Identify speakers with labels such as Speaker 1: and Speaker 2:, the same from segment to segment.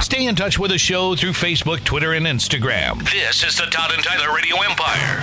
Speaker 1: Stay in touch with the show through Facebook, Twitter, and Instagram. This is the Todd and Tyler Radio Empire.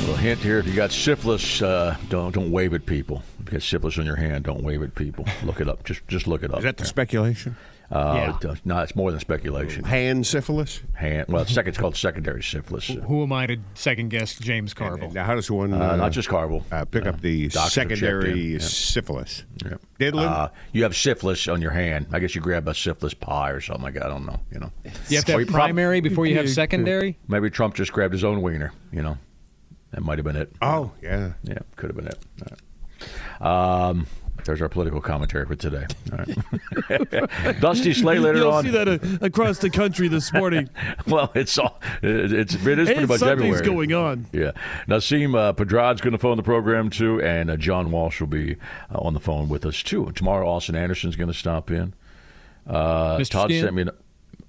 Speaker 2: little hint here: if you got syphilis, uh, don't don't wave at people. If you got syphilis on your hand, don't wave at people. Look it up. Just just look it up.
Speaker 3: Is that the speculation?
Speaker 2: Uh, d- No, it's more than speculation.
Speaker 3: Hand syphilis?
Speaker 2: Hand. Well, second, it's called secondary syphilis. Uh,
Speaker 4: Who am I to second guess James Carville?
Speaker 3: Now, how does one uh,
Speaker 2: not just Carvel.
Speaker 3: uh, pick up the
Speaker 2: doctor
Speaker 3: secondary
Speaker 2: checked in, yeah.
Speaker 3: syphilis? Diddling?
Speaker 2: Uh, you have syphilis on your hand. I guess you grab a syphilis pie or something like that. I don't know. You know,
Speaker 4: You have to have primary before you have secondary.
Speaker 2: maybe Trump just grabbed his own wiener. You know, that might have been it.
Speaker 3: oh, yeah.
Speaker 2: Yeah, could have been it. All right. Um, there's our political commentary for today. All right. Dusty Slay later
Speaker 5: You'll
Speaker 2: on.
Speaker 5: see that uh, across the country this morning.
Speaker 2: Well, it's all it- it's it is pretty
Speaker 5: And
Speaker 2: much
Speaker 5: something's
Speaker 2: everywhere.
Speaker 5: going on.
Speaker 2: Yeah, Nassim uh, Pedrad's going to phone the program too, and uh, John Walsh will be uh, on the phone with us too. Tomorrow, Austin Anderson's going to stop in. Uh,
Speaker 4: Mr.
Speaker 2: Todd
Speaker 4: Skin?
Speaker 2: sent me an,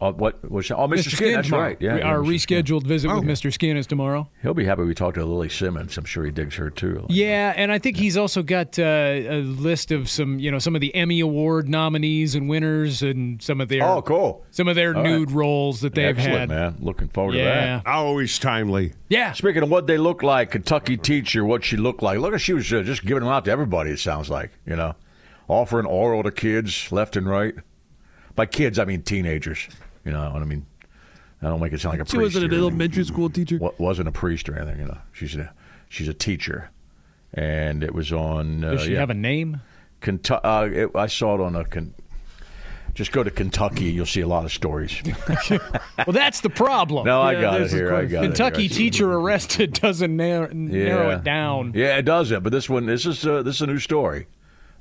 Speaker 2: uh, what was oh Mr. Skin, that's
Speaker 4: tomorrow.
Speaker 2: right. Yeah,
Speaker 4: We-
Speaker 2: yeah,
Speaker 4: our
Speaker 2: Mr. Skin.
Speaker 4: rescheduled visit with Mr. Skin is tomorrow.
Speaker 2: He'll be happy we talked to Lily Simmons. I'm sure he digs her too.
Speaker 4: Yeah, and I think he's also got uh, a list of some, you know, some of the Emmy Award nominees and winners, and some of their
Speaker 2: Oh, cool.
Speaker 4: some of their
Speaker 2: All right.
Speaker 4: nude roles that they've
Speaker 2: Excellent,
Speaker 4: had.
Speaker 2: man. Looking forward to that.
Speaker 4: Yeah,
Speaker 3: Always timely.
Speaker 4: yeah.
Speaker 2: Speaking of what they look like, Kentucky teacher, what she looked like. Look, at she was uh, just giving them out to everybody. It sounds like you know, offering oral to kids left and right. By kids, I mean teenagers. You know what I mean? I don't make it sound like a
Speaker 5: She
Speaker 2: priest.
Speaker 5: wasn't an
Speaker 2: or anything.
Speaker 5: elementary school teacher.
Speaker 2: Wa- wasn't a priest or anything. You know, she's a she's a teacher, and it was on. Uh,
Speaker 4: Does she
Speaker 2: yeah.
Speaker 4: have a name?
Speaker 2: Kentu- uh, it, I saw it on a. Con- just go to Kentucky, you'll see a lot of stories.
Speaker 4: Well, that's the problem.
Speaker 2: No, I
Speaker 5: Yeah,
Speaker 2: got it
Speaker 5: there's the
Speaker 2: here. I
Speaker 5: question.
Speaker 2: got it
Speaker 4: Kentucky
Speaker 2: here. I see it.
Speaker 4: teacher arrested doesn't narrow, narrow it down.
Speaker 2: Yeah, it doesn't. But this one, this is uh, this is a new story.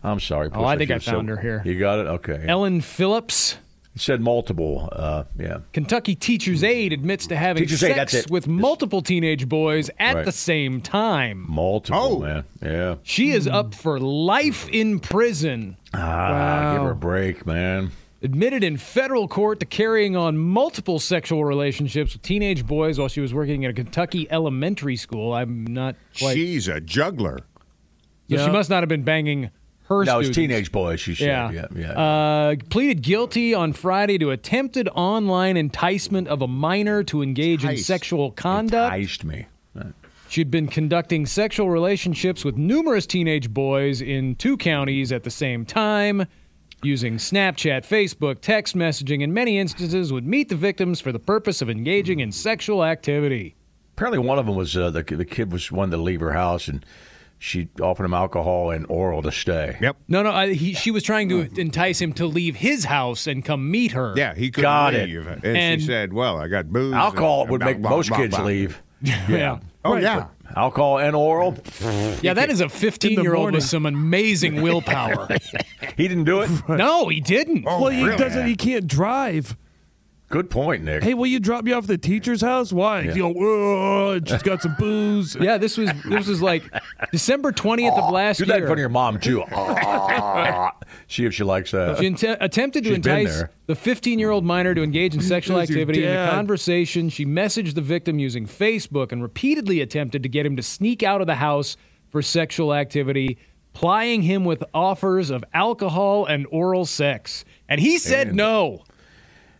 Speaker 2: I'm sorry.
Speaker 4: Oh, I
Speaker 2: Puss,
Speaker 4: think I
Speaker 2: was
Speaker 4: found her here.
Speaker 2: You got it. Okay.
Speaker 4: Ellen Phillips,
Speaker 2: It said multiple. Uh, yeah.
Speaker 4: Kentucky teacher's aide, admits to having
Speaker 2: Teacher's aide,
Speaker 4: sex
Speaker 2: that's it.
Speaker 4: with multiple teenage boys at
Speaker 2: Right.
Speaker 4: the same time.
Speaker 2: Multiple.
Speaker 3: Oh.
Speaker 2: man. Yeah.
Speaker 4: She is up for life in prison.
Speaker 2: Ah, give her a break, man.
Speaker 4: Admitted in federal court to carrying on multiple sexual relationships with teenage boys while she was working at a Kentucky elementary school. I'm not quite. She,
Speaker 3: She's a juggler.
Speaker 4: she must not have been banging her
Speaker 2: No, it's
Speaker 4: students.
Speaker 2: teenage boys. She said.
Speaker 4: Yeah.
Speaker 2: Yeah. Yeah.
Speaker 4: Uh, pleaded guilty on Friday to attempted online enticement of a minor to engage in
Speaker 3: Enticed.
Speaker 4: sexual conduct.
Speaker 2: Enticed me.
Speaker 4: She'd been conducting sexual relationships with numerous teenage boys in two counties at the same time, using Snapchat, Facebook, text messaging, and many instances would meet the victims for the purpose of engaging in sexual activity.
Speaker 2: Apparently, one of them was uh, the the kid was one to leave her house, and she offered him alcohol and oral to stay.
Speaker 3: Yep.
Speaker 4: No, no, I, he, she was trying to entice him to leave his house and come meet her.
Speaker 3: Yeah, he couldn't
Speaker 2: Got it.
Speaker 3: leave. And,
Speaker 4: And-
Speaker 3: she said, well, I got booze.
Speaker 2: Alcohol
Speaker 3: and-
Speaker 2: would
Speaker 3: blah,
Speaker 2: make
Speaker 3: blah,
Speaker 2: most
Speaker 3: blah,
Speaker 2: kids
Speaker 3: blah.
Speaker 2: leave.
Speaker 4: yeah.
Speaker 3: Oh, yeah.
Speaker 2: Alcohol and oral.
Speaker 4: Yeah, that is a 15 year old
Speaker 5: morning.
Speaker 4: with some amazing willpower.
Speaker 2: He didn't do it.
Speaker 4: no, he didn't.
Speaker 2: Oh.
Speaker 5: well, he
Speaker 3: really?
Speaker 5: doesn't. He can't drive.
Speaker 2: Good point, Nick.
Speaker 5: Hey, will you drop me off at the teacher's house? Why? You go. "Ugh, She's got some booze.
Speaker 4: Yeah, this was this was like December 20th of last
Speaker 2: Do
Speaker 4: year.
Speaker 2: that in front of your mom too. See if she likes that.
Speaker 4: She inte- attempted to
Speaker 2: She's been
Speaker 4: entice
Speaker 2: there.
Speaker 4: the 15 year old minor to engage in sexual
Speaker 5: Who's your
Speaker 4: activity. In the
Speaker 5: dad?
Speaker 4: conversation, she messaged the victim using Facebook and repeatedly attempted to get him to sneak out of the house for sexual activity, plying him with offers of alcohol and oral sex. And he said no.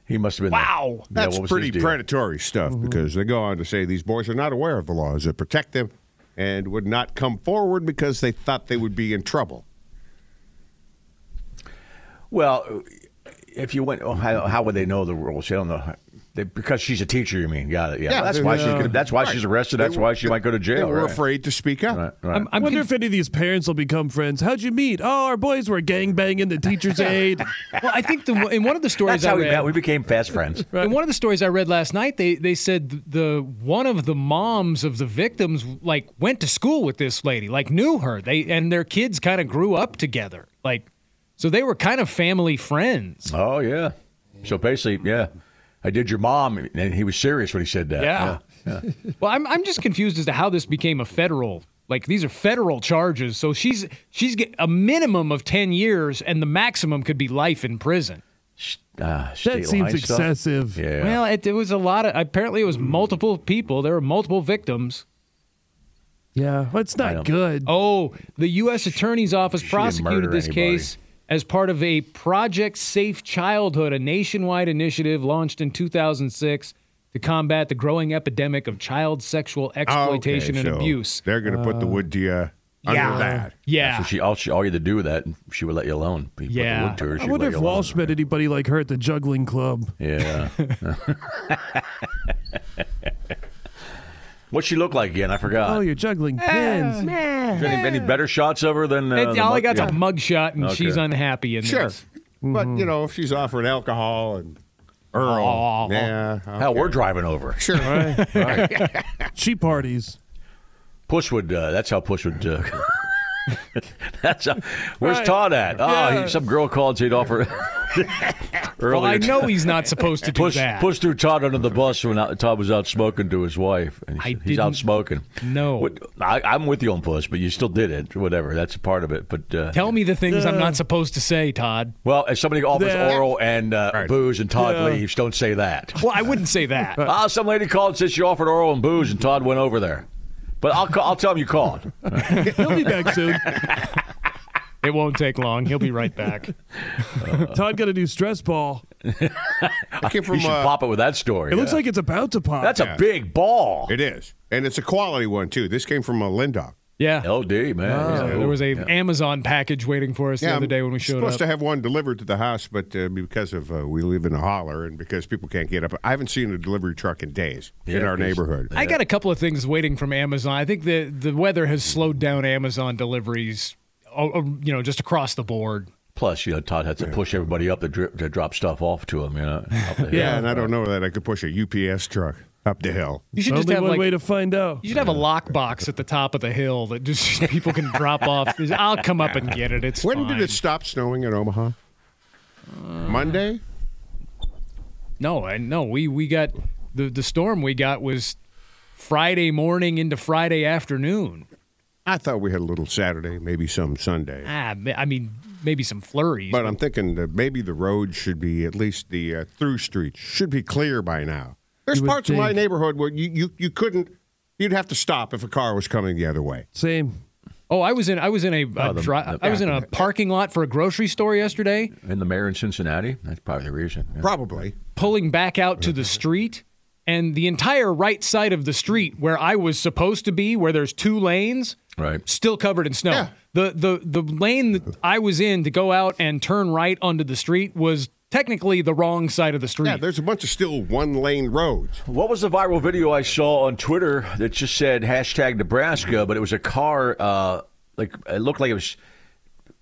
Speaker 2: He must have been.
Speaker 4: Wow.
Speaker 2: there. Yeah,
Speaker 3: That's
Speaker 2: what was
Speaker 3: pretty
Speaker 2: his deal? Mm-hmm.
Speaker 3: predatory stuff because they go on to say these boys are not aware of the laws that protect them and would not come forward because they thought they would be in trouble.
Speaker 2: Well, if you went, oh, how, how would they know the rules? They don't know. how- They, because she's a teacher, you mean? Got it. Yeah,
Speaker 3: Yeah,
Speaker 2: that's why
Speaker 3: they-
Speaker 2: she's
Speaker 3: uh,
Speaker 2: that's why
Speaker 3: right.
Speaker 2: she's arrested. That's
Speaker 3: They-
Speaker 2: why she might go to
Speaker 3: They
Speaker 2: jail.
Speaker 3: were
Speaker 2: right.
Speaker 3: afraid to speak up.
Speaker 2: Right, right.
Speaker 4: I'm,
Speaker 5: I
Speaker 4: I'm
Speaker 5: wonder
Speaker 4: conf-
Speaker 5: if any of these parents will become friends. How'd you meet? Oh, our boys were gangbanging the teacher's aid.
Speaker 4: well, I think the, in one of the stories
Speaker 2: that's how
Speaker 4: I
Speaker 2: we
Speaker 4: read,
Speaker 2: met. We became fast friends.
Speaker 4: In one of the stories I read last night, they they said th- the one of the moms of the victims like went to school with this lady, like knew her. They and their kids kind of grew up together, like so they were kind of family friends.
Speaker 2: Oh yeah. So basically, yeah, I did your mom, and he was serious when he said that. Ah,
Speaker 4: Yeah. Well, I'm I'm just confused as to how this became a federal. Like these are federal charges, so she's she's get a minimum of ten years, and the maximum could be life in prison.
Speaker 2: Ah,
Speaker 5: That
Speaker 2: state
Speaker 5: seems
Speaker 2: line stuff.
Speaker 5: excessive.
Speaker 2: Yeah.
Speaker 4: Well, it, it was a lot of. Apparently, it was multiple people. There were multiple victims.
Speaker 5: Yeah, well, it's not good.
Speaker 4: Oh, the U.S. Attorney's Office
Speaker 2: didn't murder
Speaker 4: prosecuted this
Speaker 2: anybody.
Speaker 4: case as part of a Project Safe Childhood, a nationwide initiative launched in 2006 to combat the growing epidemic of child sexual exploitation
Speaker 3: Okay,
Speaker 4: and
Speaker 3: so
Speaker 4: abuse. Uh,
Speaker 3: They're going to put the wood to you under
Speaker 4: yeah.
Speaker 3: that.
Speaker 4: Yeah.
Speaker 2: So she all she all you had to do with that, and she would let you alone. You put the
Speaker 4: Yeah.
Speaker 2: wood to her,
Speaker 5: I
Speaker 2: she'd
Speaker 5: wonder
Speaker 2: let
Speaker 5: if
Speaker 2: you alone.
Speaker 5: Walsh met anybody like her at the juggling club.
Speaker 2: Yeah. What'd she look like again? I
Speaker 5: Oh,
Speaker 2: forgot.
Speaker 5: you're juggling pins.
Speaker 2: Is there any, any better shots of her than? Uh,
Speaker 4: It-
Speaker 2: the
Speaker 4: all I
Speaker 2: mug-
Speaker 4: got's
Speaker 2: yeah.
Speaker 4: a mugshot, and
Speaker 2: Okay.
Speaker 4: she's unhappy in
Speaker 3: Sure.
Speaker 4: this.
Speaker 3: But, you know, if she's offering alcohol and Earl.
Speaker 4: Oh.
Speaker 2: Uh-huh.
Speaker 3: Yeah. uh,
Speaker 2: Hell, we're driving over.
Speaker 3: Sure.
Speaker 5: She parties.
Speaker 2: Push would. Uh, that's how Push would. Uh, that's how, where's Todd at? Oh, he, some girl called. He'd offer earlier.
Speaker 4: Well, I know he's not supposed to do
Speaker 2: Push,
Speaker 4: that.
Speaker 2: push threw Todd under the bus when out, Todd was out smoking to his wife, and he
Speaker 4: I
Speaker 2: said, he's out
Speaker 4: didn't-
Speaker 2: smoking.
Speaker 4: No.
Speaker 2: What- I, I'm with you on Push, but you still did it. Whatever, that's a part of it. But uh,
Speaker 4: Tell me the things I'm not supposed to say, Todd.
Speaker 2: well, if somebody offers
Speaker 5: Yeah.
Speaker 2: oral and uh, booze, and Todd leaves, don't say that.
Speaker 4: Well, I wouldn't say that.
Speaker 2: Ah, some lady called and said she offered oral and booze, and Todd went over there. But I'll ca- I'll tell him you called.
Speaker 5: He'll be back soon.
Speaker 4: It won't take long. He'll be right back.
Speaker 5: Todd got a new stress ball.
Speaker 3: I came
Speaker 2: You
Speaker 3: from,
Speaker 2: should
Speaker 3: uh,
Speaker 2: pop it with that story.
Speaker 5: It looks like it's about to pop.
Speaker 2: that's a big ball.
Speaker 3: It is. And it's a quality one, too. This came from uh, a Lindock.
Speaker 4: Yeah.
Speaker 2: LD man.
Speaker 4: So
Speaker 2: Yeah.
Speaker 4: there was a Amazon package waiting for us the other
Speaker 3: I'm
Speaker 4: day when we showed
Speaker 3: supposed
Speaker 4: up.
Speaker 3: to have one delivered to the house, but uh, because of uh, we live in a holler and because people can't get up, I haven't seen a delivery truck in days in
Speaker 2: Yeah,
Speaker 3: our
Speaker 2: it's-
Speaker 3: neighborhood.
Speaker 4: I got a couple of things waiting from Amazon. I think the the weather has slowed down Amazon deliveries, oh, oh, you know, just across the board.
Speaker 2: Plus, you know, Todd had to push everybody up to, drip, to drop stuff off to him. You know, up the hill.
Speaker 3: yeah, and I don't know that I could push a UPS truck up the hill.
Speaker 4: You should just
Speaker 5: Only
Speaker 4: have
Speaker 5: one
Speaker 4: like
Speaker 5: way to find out.
Speaker 4: you should have a lockbox at the top of the hill that just people can drop off. I'll come up and get it. It's
Speaker 3: When
Speaker 4: fine.
Speaker 3: did it stop snowing in Omaha? Monday?
Speaker 4: No, I no. We we got the the storm we got was Friday morning into Friday afternoon.
Speaker 3: I thought we had a little Saturday, maybe some Sunday.
Speaker 4: Ah, ma- I mean maybe some flurries.
Speaker 3: But I'm thinking that maybe the road should be, at least the uh, through streets should be clear by now. There's
Speaker 5: would
Speaker 3: parts of my
Speaker 5: think.
Speaker 3: neighborhood where you, you, you couldn't, you'd have to stop if a car was coming the other way.
Speaker 5: Same.
Speaker 4: Oh, I was in I was in a, a
Speaker 2: Oh, the-
Speaker 4: dri- I was in a parking lot for a grocery store yesterday,
Speaker 2: And the mayor in Cincinnati. That's probably the reason. Yeah.
Speaker 3: Probably.
Speaker 4: pulling back out to the street, and the entire right side of the street where I was supposed to be, where there's two lanes,
Speaker 2: Right.
Speaker 4: still covered in snow.
Speaker 3: Yeah.
Speaker 4: The the the lane that I was in to go out and turn right onto the street was technically the wrong side of the street.
Speaker 3: Yeah, there's a bunch of still one lane roads.
Speaker 2: What was the viral video I saw on Twitter that just said hashtag Nebraska, but it was a car, uh, like it looked like it was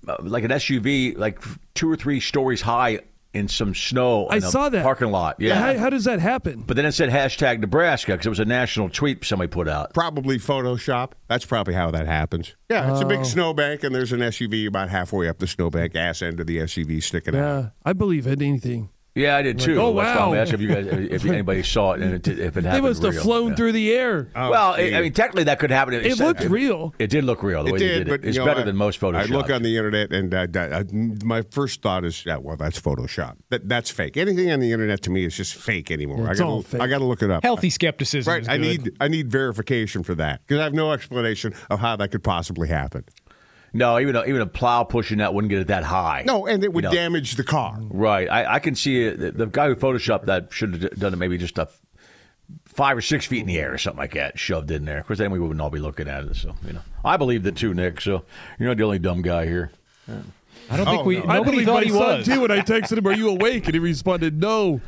Speaker 2: uh, like an SUV, like two or three stories high in some snow.
Speaker 5: I
Speaker 2: in a
Speaker 5: saw that
Speaker 2: parking lot. Yeah.
Speaker 5: How, how does that happen?
Speaker 2: but then it said hashtag Nebraska because it was a national tweet somebody put out.
Speaker 3: Probably Photoshop. That's probably how that happens. Yeah, it's a
Speaker 5: Oh.
Speaker 3: big snowbank, and there's an SUV about halfway up the snowbank, ass end of the SUV sticking out.
Speaker 5: Yeah, I believe in anything.
Speaker 2: Yeah, I did too.
Speaker 5: oh,
Speaker 2: That's why I'm
Speaker 5: wow.
Speaker 2: asking if you guys, if anybody saw it and it, if it happened.
Speaker 5: They must have
Speaker 2: real.
Speaker 5: flown
Speaker 2: Yeah.
Speaker 5: through the air.
Speaker 3: Oh,
Speaker 2: well, I- I mean, technically that could happen.
Speaker 5: It looked real.
Speaker 2: It did look real. The
Speaker 3: It
Speaker 2: way they
Speaker 3: did,
Speaker 2: did
Speaker 3: but
Speaker 2: it. It's
Speaker 3: you know,
Speaker 2: better
Speaker 3: I-
Speaker 2: than most Photoshop.
Speaker 3: I look on the internet, and uh, I- I- my first thought is, yeah, well, that's Photoshop. That, that's fake. Anything on the internet to me is just fake anymore.
Speaker 5: It's
Speaker 3: I gotta,
Speaker 5: all fake.
Speaker 3: I got to look it up.
Speaker 4: Healthy skepticism.
Speaker 3: Right,
Speaker 4: is
Speaker 3: I
Speaker 4: good.
Speaker 3: need I need verification for that because I have no explanation of how that could possibly happen.
Speaker 2: No, even a, even a plow pushing that wouldn't get it that high.
Speaker 3: No, and it would
Speaker 2: No.
Speaker 3: damage the car.
Speaker 2: Right. I, I can see it. The- The guy who photoshopped that should have done it maybe just a f- five or six feet in the air or something like that, shoved in there. Of course, then we wouldn't all be looking at it. So, you know, I believe that too, Nick. So you're not the only dumb guy here.
Speaker 4: I don't
Speaker 2: Oh,
Speaker 4: think we
Speaker 5: I
Speaker 4: nobody
Speaker 5: believe
Speaker 4: thought
Speaker 5: my
Speaker 4: he
Speaker 5: son
Speaker 4: was.
Speaker 5: too when I texted him, "Are you awake?" and he responded, "No."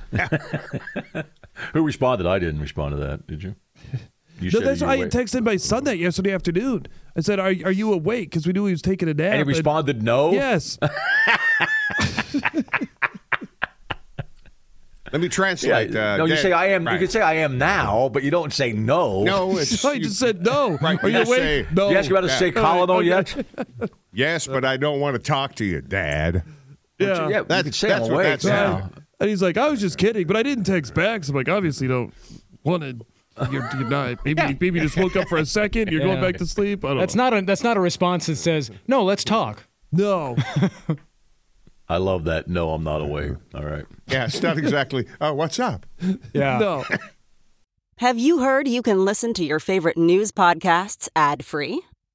Speaker 2: Who responded? I didn't respond to that. Did you? You
Speaker 5: No,
Speaker 2: said
Speaker 5: that's
Speaker 2: you
Speaker 5: why I
Speaker 2: wait.
Speaker 5: texted my son that yesterday afternoon. I said, "Are are you awake?" Because we knew he was taking a nap.
Speaker 2: And he responded no.
Speaker 5: Yes.
Speaker 3: Let me
Speaker 2: Yeah,
Speaker 3: translate. uh,
Speaker 2: no, you
Speaker 3: Dan-
Speaker 2: say I am. You
Speaker 3: Right.
Speaker 2: can say I am now, but you don't say no.
Speaker 3: no. It's,
Speaker 5: so I just said no.
Speaker 3: Right,
Speaker 5: Are you
Speaker 3: you
Speaker 5: awake?
Speaker 3: say-
Speaker 5: no.
Speaker 2: You ask about to
Speaker 3: Yeah.
Speaker 2: say colonel yet?
Speaker 3: yes, but I don't want to talk to you, Dad.
Speaker 5: Yeah.
Speaker 2: Yeah,
Speaker 3: That's-
Speaker 2: you can say
Speaker 3: that's
Speaker 2: I'm
Speaker 3: what
Speaker 2: awake
Speaker 3: that's
Speaker 2: now.
Speaker 3: about.
Speaker 5: And he's like, "I was just kidding," but I didn't text back. So I'm like, obviously, you don't want to. You're, you're not. Maybe, maybe you just woke up for a second. You're going
Speaker 4: Yeah.
Speaker 5: back to sleep. I don't
Speaker 4: That's not a that's not a response that says no. Let's talk.
Speaker 5: know. No.
Speaker 2: I love that. No, I'm not awake. All right.
Speaker 3: Yeah, it's not exactly. Oh, what's up?
Speaker 4: Yeah.
Speaker 5: no.
Speaker 6: Have you heard you can listen to your favorite news podcasts ad free?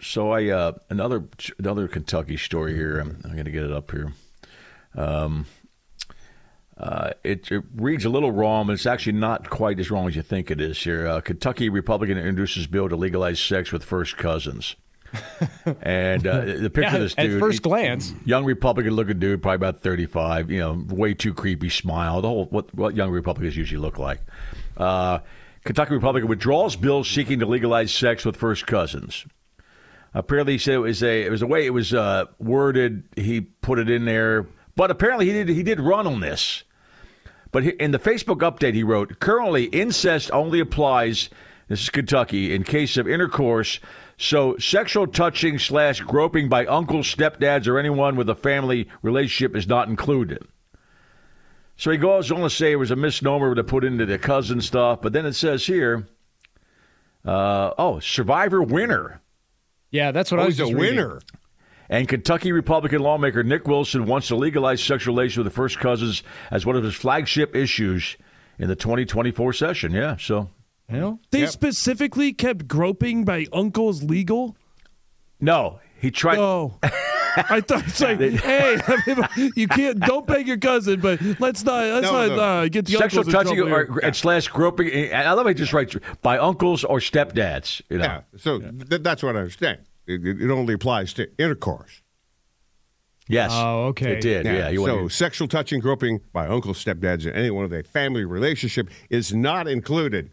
Speaker 2: So I uh, another another Kentucky story here. I'm, I'm going to get it up here. Um, uh, it, it reads a little wrong, but it's actually not quite as wrong as you think it is. Here, uh, Kentucky Republican introduces bill to legalize sex with first cousins. and uh, the picture of this
Speaker 4: At
Speaker 2: dude
Speaker 4: first
Speaker 2: he-
Speaker 4: glance,
Speaker 2: young Republican looking dude, probably about 35, you know, way too creepy smile. The whole what, what young Republicans usually look like. Uh, Kentucky Republican withdraws bill seeking to legalize sex with first cousins. Apparently, he said it was a it was the way it was uh, worded. He put it in there, but apparently he did he did run on this. But he- in the Facebook update, he wrote, currently incest only applies, this is Kentucky, in case of intercourse. So sexual touching slash groping by uncles, stepdads, or anyone with a family relationship is not included. So he goes on to say it was a misnomer to put into the cousin stuff, but then it says here, uh, oh, survivor winner.
Speaker 4: yeah, that's what I
Speaker 3: Oh,
Speaker 4: was
Speaker 3: he's a
Speaker 4: just reading.
Speaker 3: winner.
Speaker 2: And Kentucky Republican lawmaker Nick Wilson wants to legalize sexual relations with the first cousins as one of his flagship issues in the 2024 session. Yeah, so
Speaker 4: Well,
Speaker 5: They specifically kept groping by uncles legal.
Speaker 2: no, he tried.
Speaker 5: Oh. I thought it's like, hey, you can't. Don't beg your cousin, but let's not. Let's
Speaker 3: No,
Speaker 5: not
Speaker 3: no.
Speaker 5: Uh, get the
Speaker 2: Sexual
Speaker 5: uncles in
Speaker 2: touching
Speaker 5: trouble
Speaker 2: or,
Speaker 5: here.
Speaker 2: and slash groping. And I love how he just writes by uncles or stepdads. You know,
Speaker 3: Yeah. So th- that's what I understand. It, it it only applies to intercourse.
Speaker 2: yes.
Speaker 4: Oh, okay.
Speaker 2: It did. Yeah. he
Speaker 3: so
Speaker 2: wanted-
Speaker 3: sexual touching, groping by uncles, stepdads, and anyone of a family relationship is not included.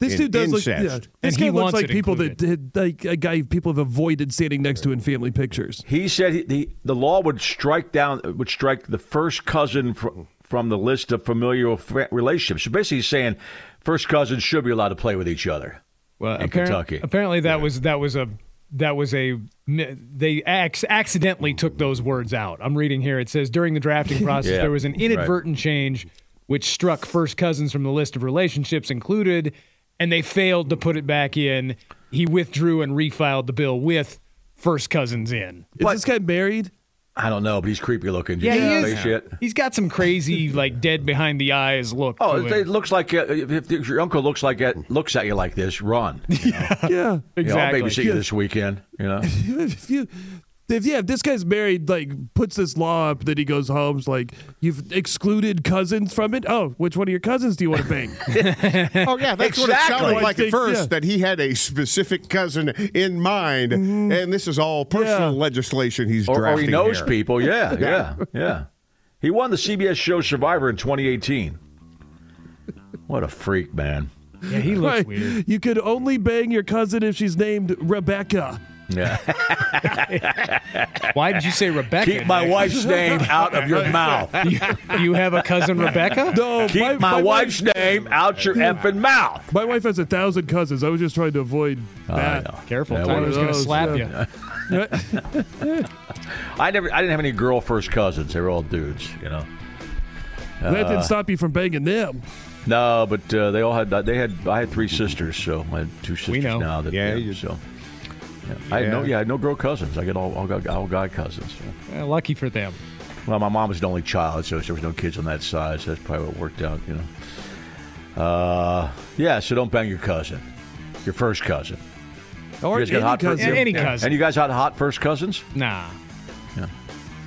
Speaker 5: This
Speaker 3: in
Speaker 5: dude does
Speaker 3: incest.
Speaker 5: look. Yeah,
Speaker 4: And
Speaker 5: this
Speaker 4: he
Speaker 5: guy looks
Speaker 4: wants
Speaker 5: like
Speaker 4: it
Speaker 5: people that did, like a guy people have avoided standing next to in family pictures.
Speaker 2: He said he, the the law would strike down would strike the first cousin from from the list of familial fa- relationships. So basically, he's saying first cousins should be allowed to play with each other.
Speaker 4: well,
Speaker 2: in
Speaker 4: apparent-
Speaker 2: Kentucky.
Speaker 4: Apparently, that was that was a that was a mi- they ac- accidentally took those words out. I'm reading here. It says during the drafting process,
Speaker 2: Yeah,
Speaker 4: there was an
Speaker 2: right.
Speaker 4: inadvertent change which struck first cousins from the list of relationships included, and they failed to put it back in. He withdrew and refiled the bill with first cousins in.
Speaker 5: Is this guy married?
Speaker 2: I don't know, but he's creepy looking. Did
Speaker 4: Yeah,
Speaker 2: you
Speaker 4: he
Speaker 2: say
Speaker 4: is.
Speaker 2: Shit.
Speaker 4: He's got some crazy, like dead behind the eyes look.
Speaker 2: Oh,
Speaker 4: to
Speaker 2: it,
Speaker 4: him.
Speaker 2: it looks like uh, if, if your uncle looks like it, looks at you like this, run. You know,
Speaker 5: Yeah.
Speaker 2: You know, I'll
Speaker 4: exactly.
Speaker 2: babysit you this weekend. You know,
Speaker 5: if you if yeah, if this guy's married, like puts this law up, then he goes home. it's like you've excluded cousins from it. Oh, which one of your cousins do you want to bang?
Speaker 3: Oh yeah, that's what it
Speaker 2: Exactly.
Speaker 3: sounded like
Speaker 5: I
Speaker 3: at
Speaker 5: think,
Speaker 3: first
Speaker 5: yeah.
Speaker 3: that he had a specific cousin in mind, and this is all personal
Speaker 5: Yeah.
Speaker 3: legislation he's
Speaker 2: Mm-hmm. or, or
Speaker 3: drafting.
Speaker 2: he knows
Speaker 3: here.
Speaker 2: people. Yeah, yeah, yeah. He won the CBS show Survivor in 2018. What a freak, man!
Speaker 4: yeah, he looks
Speaker 5: Right.
Speaker 4: weird.
Speaker 5: You could only bang your cousin if she's named Rebecca.
Speaker 2: Yeah.
Speaker 4: Why did you say Rebecca?
Speaker 2: Keep my
Speaker 4: Nick?
Speaker 2: wife's name out of your mouth.
Speaker 4: You, you have a cousin Rebecca?
Speaker 5: No,
Speaker 2: Keep my, wife's name out your effing mouth.
Speaker 5: My wife has a thousand cousins. I was just trying to avoid that.
Speaker 4: Careful,
Speaker 2: Yeah, one
Speaker 4: Tyler's
Speaker 2: of
Speaker 4: gonna
Speaker 5: those,
Speaker 4: slap
Speaker 5: yeah.
Speaker 4: you.
Speaker 2: I never. I didn't have any girl first cousins. They were all dudes. You know.
Speaker 5: that
Speaker 2: Uh.
Speaker 5: didn't stop you from banging them.
Speaker 2: No, but uh, they all had. They had. I had three sisters, so I had two sisters
Speaker 4: know.
Speaker 2: now. That,
Speaker 3: Yeah, you-
Speaker 2: so. yeah. I had no,
Speaker 3: Yeah.
Speaker 2: yeah, I had no girl cousins. I got all, all, guy- all guy cousins.
Speaker 4: Eh, lucky for them.
Speaker 2: Well, my mom was the only child, so there was no kids on that side, so that's probably what worked out, you know. Uh, yeah, so don't bang your cousin, your first cousin.
Speaker 5: Or
Speaker 2: You guys got
Speaker 5: any
Speaker 2: hot for-
Speaker 5: cousin.
Speaker 4: Yeah, any
Speaker 5: Yeah.
Speaker 4: cousin.
Speaker 2: And you guys had hot first cousins?
Speaker 4: nah.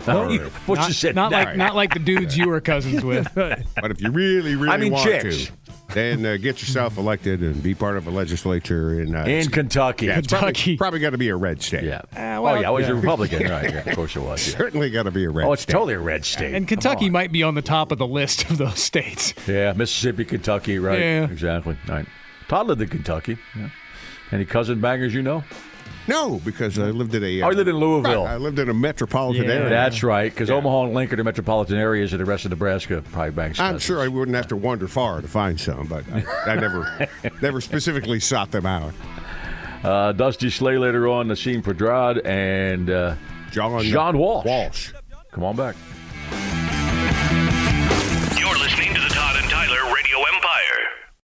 Speaker 2: No, you, what
Speaker 4: Not,
Speaker 2: you said?
Speaker 4: not
Speaker 2: no.
Speaker 4: like not like the dudes you were cousins with.
Speaker 3: But if you really, really
Speaker 2: mean,
Speaker 3: want
Speaker 2: chicks.
Speaker 3: to, then uh, get yourself elected and be part of a legislature in uh,
Speaker 2: in Kentucky.
Speaker 3: yeah, it's Probably,
Speaker 4: Kentucky.
Speaker 3: probably got to be a red state.
Speaker 2: Yeah.
Speaker 4: Uh,
Speaker 2: oh
Speaker 4: well,
Speaker 2: yeah, I was
Speaker 4: yeah.
Speaker 2: a Republican, right? Yeah, of course it was. yeah.
Speaker 3: Certainly got to be a red.
Speaker 2: Oh, it's
Speaker 3: state.
Speaker 2: totally a red state.
Speaker 4: And Kentucky might be on the top of the list of those states.
Speaker 2: Yeah, Mississippi, Kentucky, right?
Speaker 4: Yeah.
Speaker 2: Exactly. All right. Todd lived in Kentucky. Yeah. Any cousin bangers you know?
Speaker 3: no because I lived in a. uh,
Speaker 2: Oh, he lived in Louisville.
Speaker 3: I lived in a metropolitan
Speaker 4: Yeah.
Speaker 3: area.
Speaker 2: That's right, because Omaha and Lincoln are metropolitan areas, and the rest of Nebraska probably banks.
Speaker 3: I'm
Speaker 2: cousins.
Speaker 3: sure I wouldn't have to wander far to find some, but I, I never, never specifically sought them out.
Speaker 2: Uh, Dusty Slay later on, Nassim Pedrad, and uh,
Speaker 3: John
Speaker 2: John Walsh.
Speaker 3: Walsh.
Speaker 2: Come on back.